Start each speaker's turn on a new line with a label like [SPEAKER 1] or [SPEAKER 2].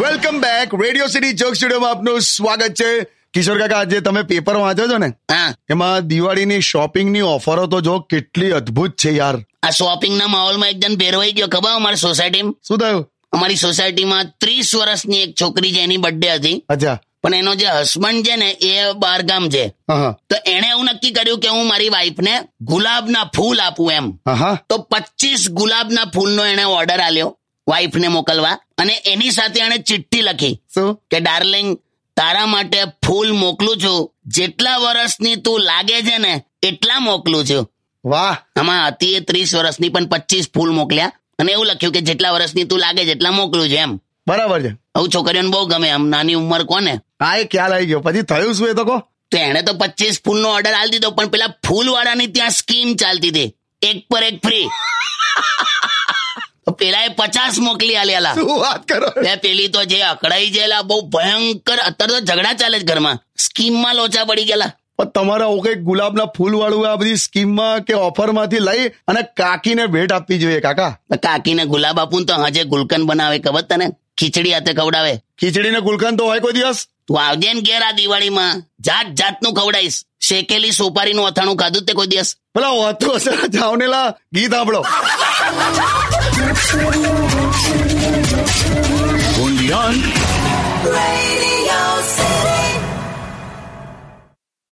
[SPEAKER 1] Welcome back radio city joke સ્ટુડિયોમાં આપનું સ્વાગત છે કિશોર કાકા આજે તમે પેપર વાંચો છો ને
[SPEAKER 2] હા
[SPEAKER 1] એમાં દિવાળીની શોપિંગની ઓફરો તો જો કેટલી અદ્ભુત છે યાર
[SPEAKER 2] આ શોપિંગના માહોલમાં એક જણ ફેરવાઈ ગયો ખબર અમારી સોસાયટીમાં
[SPEAKER 1] શું થયું
[SPEAKER 2] અમારી સોસાયટીમાં ત્રીસ વર્ષની એક છોકરી છે એની બર્થડે હતી
[SPEAKER 1] અચ્છા
[SPEAKER 2] પણ એનો જે હસબન્ડ છે ને એ બહારગામ છે
[SPEAKER 1] હા હા
[SPEAKER 2] તો એણે એવું નક્કી કર્યું કે હું મારી વાઈફને ગુલાબના ફૂલ આપું એમ
[SPEAKER 1] હા હા
[SPEAKER 2] તો પચીસ ગુલાબના ફૂલનો એણે ઓર્ડર આલ્યો વાઈફને મોકલવા અને એની સાથે એણે ચિઠ્ઠી લખી
[SPEAKER 1] શું
[SPEAKER 2] કે ડાર્લિંગ તારા માટે ફૂલ મોકલું છું જેટલા વર્ષની તું લાગે છે ને એટલા મોકલું છું
[SPEAKER 1] વાહ
[SPEAKER 2] આમાં હતી એ ત્રીસ વર્ષની પણ પચીસ ફૂલ મોકલ્યા અને એવું લખ્યું કે જેટલા વર્ષની તું લાગે જેટલા મોકલું છે એમ
[SPEAKER 1] બરાબર છે
[SPEAKER 2] આવું છોકરીઓને બહુ ગમે આમ નાની ઉંમર કોને
[SPEAKER 1] હા એ ખ્યાલ આવી ગયો પછી થયું શું એ તો કહો
[SPEAKER 2] તો એણે તો પચીસ ફૂલનો ઓર્ડર આલી દીધો પણ પેલા ફૂલવાળાની ત્યાં સ્કીમ ચાલતી હતી એક પર એક ફ્રી પેલા એ પચાસ મોકલી આલ્યાલા
[SPEAKER 1] શું વાત કરો
[SPEAKER 2] બે પેલી તો જે અકળાઈ ગયેલા બહુ ભયંકર અત્યારે તો ઝઘડા ચાલે છે ઘરમાં સ્કીમમાં લોચા પડી ગયેલા
[SPEAKER 1] પણ તમારા આવું કંઈક ગુલાબના ફૂલ વાળું આ બધી સ્કીમમાં કે ઓફરમાંથી લઈ અને કાકીને ભેટ આપવી જોઈએ કાકા
[SPEAKER 2] કાકીને ગુલાબ આપું ને તો હજે ગુલકન બનાવે ખબર તને ખીચડી હાથે ખવડાવે
[SPEAKER 1] ખીચડીને ગુલકંદ તો હોય કોઈ દિવસ
[SPEAKER 2] તું આવજે ને ઘેર આ દિવાળીમાં જાત જાતનું ખવડાઈશ શેકેલી સોપારીનું અથાણું ખાધું જ તે કોઈ દિવસ
[SPEAKER 1] પેલા હોતું હશે જાવનેલા ગીત આપણો
[SPEAKER 3] Radio City.